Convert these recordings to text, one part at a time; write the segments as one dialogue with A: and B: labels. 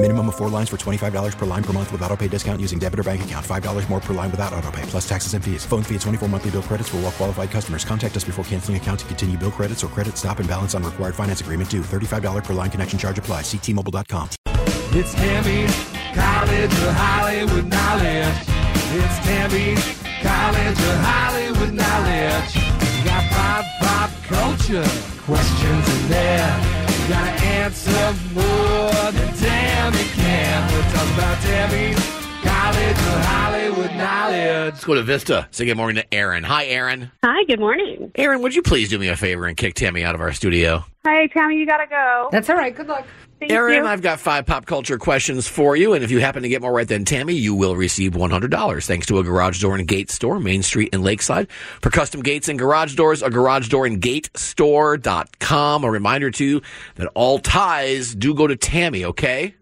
A: Minimum of four lines for $25 per line per month with auto pay discount using debit or bank account. $5 more per line without auto pay, plus taxes and fees. Phone fee at 24 monthly bill credits for all well qualified customers. Contact us before canceling account to continue bill credits or credit stop and balance on required finance agreement due. $35 per line connection charge applies. Ctmobile.com.
B: It's Tammy's College of Hollywood Knowledge. It's Tammy's College of Hollywood Knowledge. You got pop, pop culture questions in there. You gotta answer more than Tammy can. We're talking about Tammy's College of Hollywood Knowledge.
C: Let's go to Vista. Say good morning to Aaron. Hi, Aaron.
D: Hi, good morning.
C: Aaron, would you please do me a favor and kick Tammy out of our studio?
D: Hi, Tammy, you gotta go.
E: That's all right. Good luck.
D: Thank
C: Aaron,
D: you.
C: I've got five pop culture questions for you, and if you happen to get more right than Tammy, you will receive $100 thanks to a garage door and gate store, Main Street in Lakeside. For custom gates and garage doors, a garage door and gate store.com. A reminder, too, that all ties do go to Tammy, okay?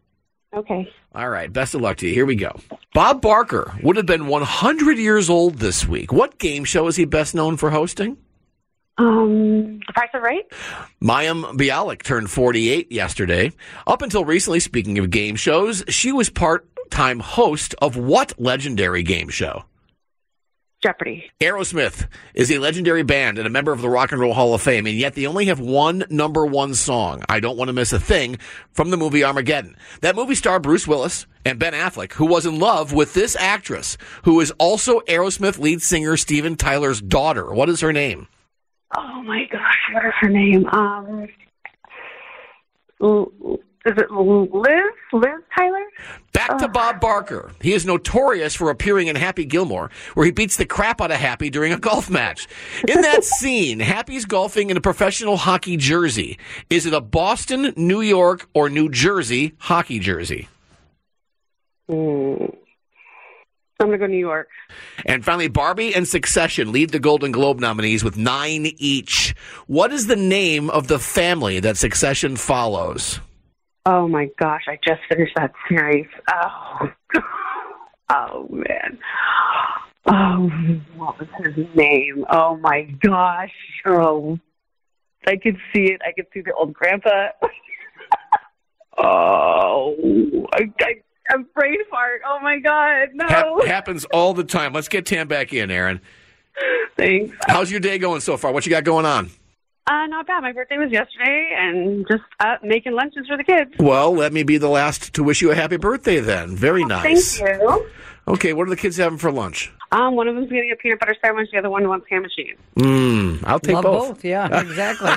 D: okay.
C: All right, best of luck to you. Here we go. Bob Barker would have been 100 years old this week. What game show is he best known for hosting?
D: Um, the price of rate?
C: Mayim Bialik turned 48 yesterday. Up until recently, speaking of game shows, she was part time host of what legendary game show?
D: Jeopardy.
C: Aerosmith is a legendary band and a member of the Rock and Roll Hall of Fame, and yet they only have one number one song, I Don't Want to Miss a Thing, from the movie Armageddon. That movie star Bruce Willis and Ben Affleck, who was in love with this actress, who is also Aerosmith lead singer Steven Tyler's daughter. What is her name?
D: Oh my gosh, what is her name? Um, L- L- is it Liz? Liz Tyler?
C: Back to Bob Barker. He is notorious for appearing in Happy Gilmore, where he beats the crap out of Happy during a golf match. In that scene, Happy's golfing in a professional hockey jersey. Is it a Boston, New York, or New Jersey hockey jersey?
E: Hmm.
D: Mm. I'm gonna go New York.
C: And finally, Barbie and Succession lead the Golden Globe nominees with nine each. What is the name of the family that Succession follows?
D: Oh my gosh, I just finished that series. Oh, oh man. Um, what was his name? Oh my gosh. Oh, I could see it. I could see the old grandpa. oh, I, I, I'm brain fart. Oh my god, no.
C: Hap- happens all the time. Let's get Tam back in, Aaron.
D: Thanks.
C: How's your day going so far? What you got going on?
D: Uh, not bad. My birthday was yesterday, and just up making lunches for the kids.
C: Well, let me be the last to wish you a happy birthday then. Very nice.
D: Oh, Thank you.
C: Okay, what are the kids having for lunch?
D: Um, one of them's getting a peanut butter sandwich. The other one wants ham and cheese.
C: Mm, I'll take
E: Love
C: both.
E: both. Yeah, exactly.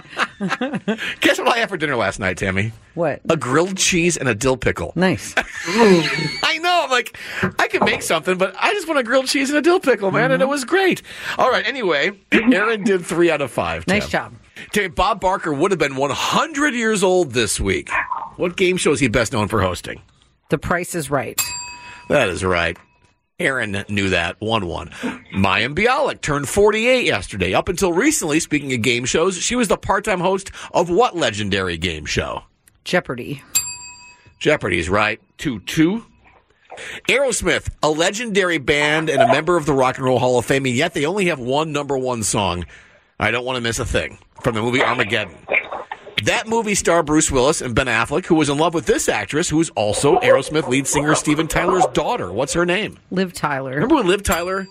C: Guess what I had for dinner last night, Tammy?
E: what?
C: A grilled cheese and a dill pickle.
E: Nice.
C: I know. I'm like, I can make something, but I just want a grilled cheese and a dill pickle, man,
E: Mm-hmm.
C: and it was great. All right. Anyway, Aaron did three out of five.
E: Nice
C: Tam.
E: job.
C: Tammy, Bob Barker would have been 100 years old this week. What game show is he best known for hosting?
E: The price is right.
C: That is right. Aaron knew that. 1 1. Mayim Bialik turned 48 yesterday. Up until recently, speaking of game shows, she was the part time host of what legendary game show?
E: Jeopardy.
C: Jeopardy's right. 2 2. Aerosmith, a legendary band and a member of the Rock and Roll Hall of Fame, and yet they only have one number one song, I Don't Want to Miss a Thing, from the movie Armageddon. That movie star Bruce Willis and Ben Affleck, who was in love with this actress, who's also Aerosmith lead singer Steven Tyler's daughter. What's her name?
E: Liv Tyler.
C: Remember when Liv Tyler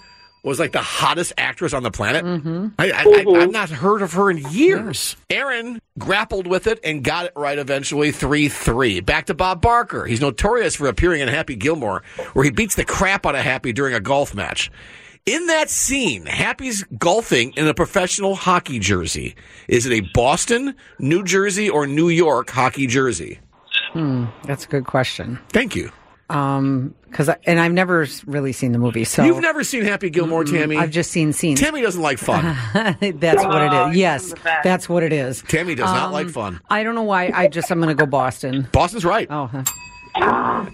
C: was like the hottest actress on the planet? Mm-hmm. I, I, I, I've not heard of her in years. Aaron grappled with it and got it right eventually 3 3. Back to Bob Barker. He's notorious for appearing in Happy Gilmore, where he beats the crap out of Happy during a golf match. In that scene, Happy's golfing in a professional hockey jersey. Is it a Boston, New Jersey, or New York hockey jersey?
E: That's a good question.
C: Thank you.
E: Um, because and I've never s- really seen the movie, so
C: You've never seen Happy Gilmore, Tammy.
E: I've just seen scenes.
C: Tammy doesn't like fun.
E: that's what it is. Yes,
D: the best.
E: that's what it is. Um,
C: Tammy does not like fun.
E: I don't know why. I just I'm gonna go Boston.
C: Boston's right.
E: Oh, huh.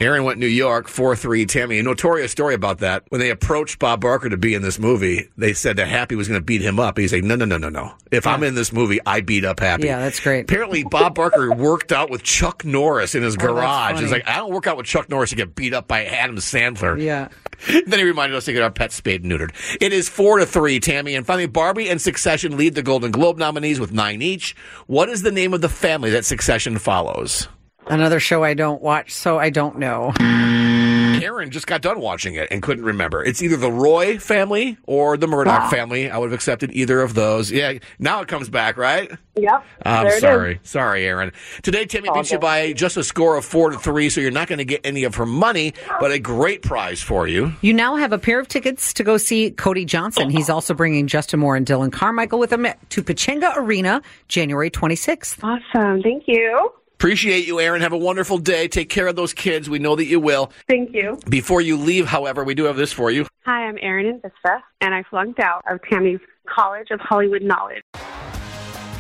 C: Aaron went New York, 4 3 Tammy. A notorious story about that. When they approached Bob Barker to be in this movie, they said that Happy was going to beat him up. He's like, no, no, no, no, no. If I'm in this movie, I beat up Happy.
E: Yeah, that's great. Oh,
C: Apparently, Bob Barker worked out with Chuck Norris in his garage. He's
E: funny.
C: like, I don't work out with Chuck Norris to get beat up by Adam Sandler.
E: yeah.
C: then he reminded us to get our pets spayed and neutered. It is four to three, Tammy. And finally, Barbie and Succession lead the Golden Globe nominees with nine each. What is the name of the family that Succession follows?
E: Another show I don't watch, so I don't know.
C: Karen just got done watching it and couldn't remember. It's either the Roy family or the Murdoch family. I would have accepted either of those. Yeah, now it comes back, right?
D: Yep.
C: I'm
D: there it is.
C: sorry. Sorry, Aaron. Today, Tammy beats you by just a score of four to three, so you're not going to get any of her money, but a great prize for you.
E: You now have a pair of tickets to go see Cody
C: Oh.
E: Johnson. He's also bringing Justin Moore and Dylan Carmichael with him to Pachanga Arena January 26th.
D: Awesome. Thank you.
C: Appreciate you, Aaron. Have a wonderful day. Take care of those kids. We know that you will.
D: Thank you.
C: Before you leave, however, we do have this for you.
D: Hi, I'm Erin in Vista, and I flunked out of Tammy's College of Hollywood Knowledge.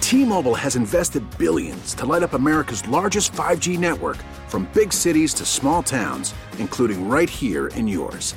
F: T-Mobile has invested billions to light up America's largest 5G network from big cities to small towns, including right here in yours.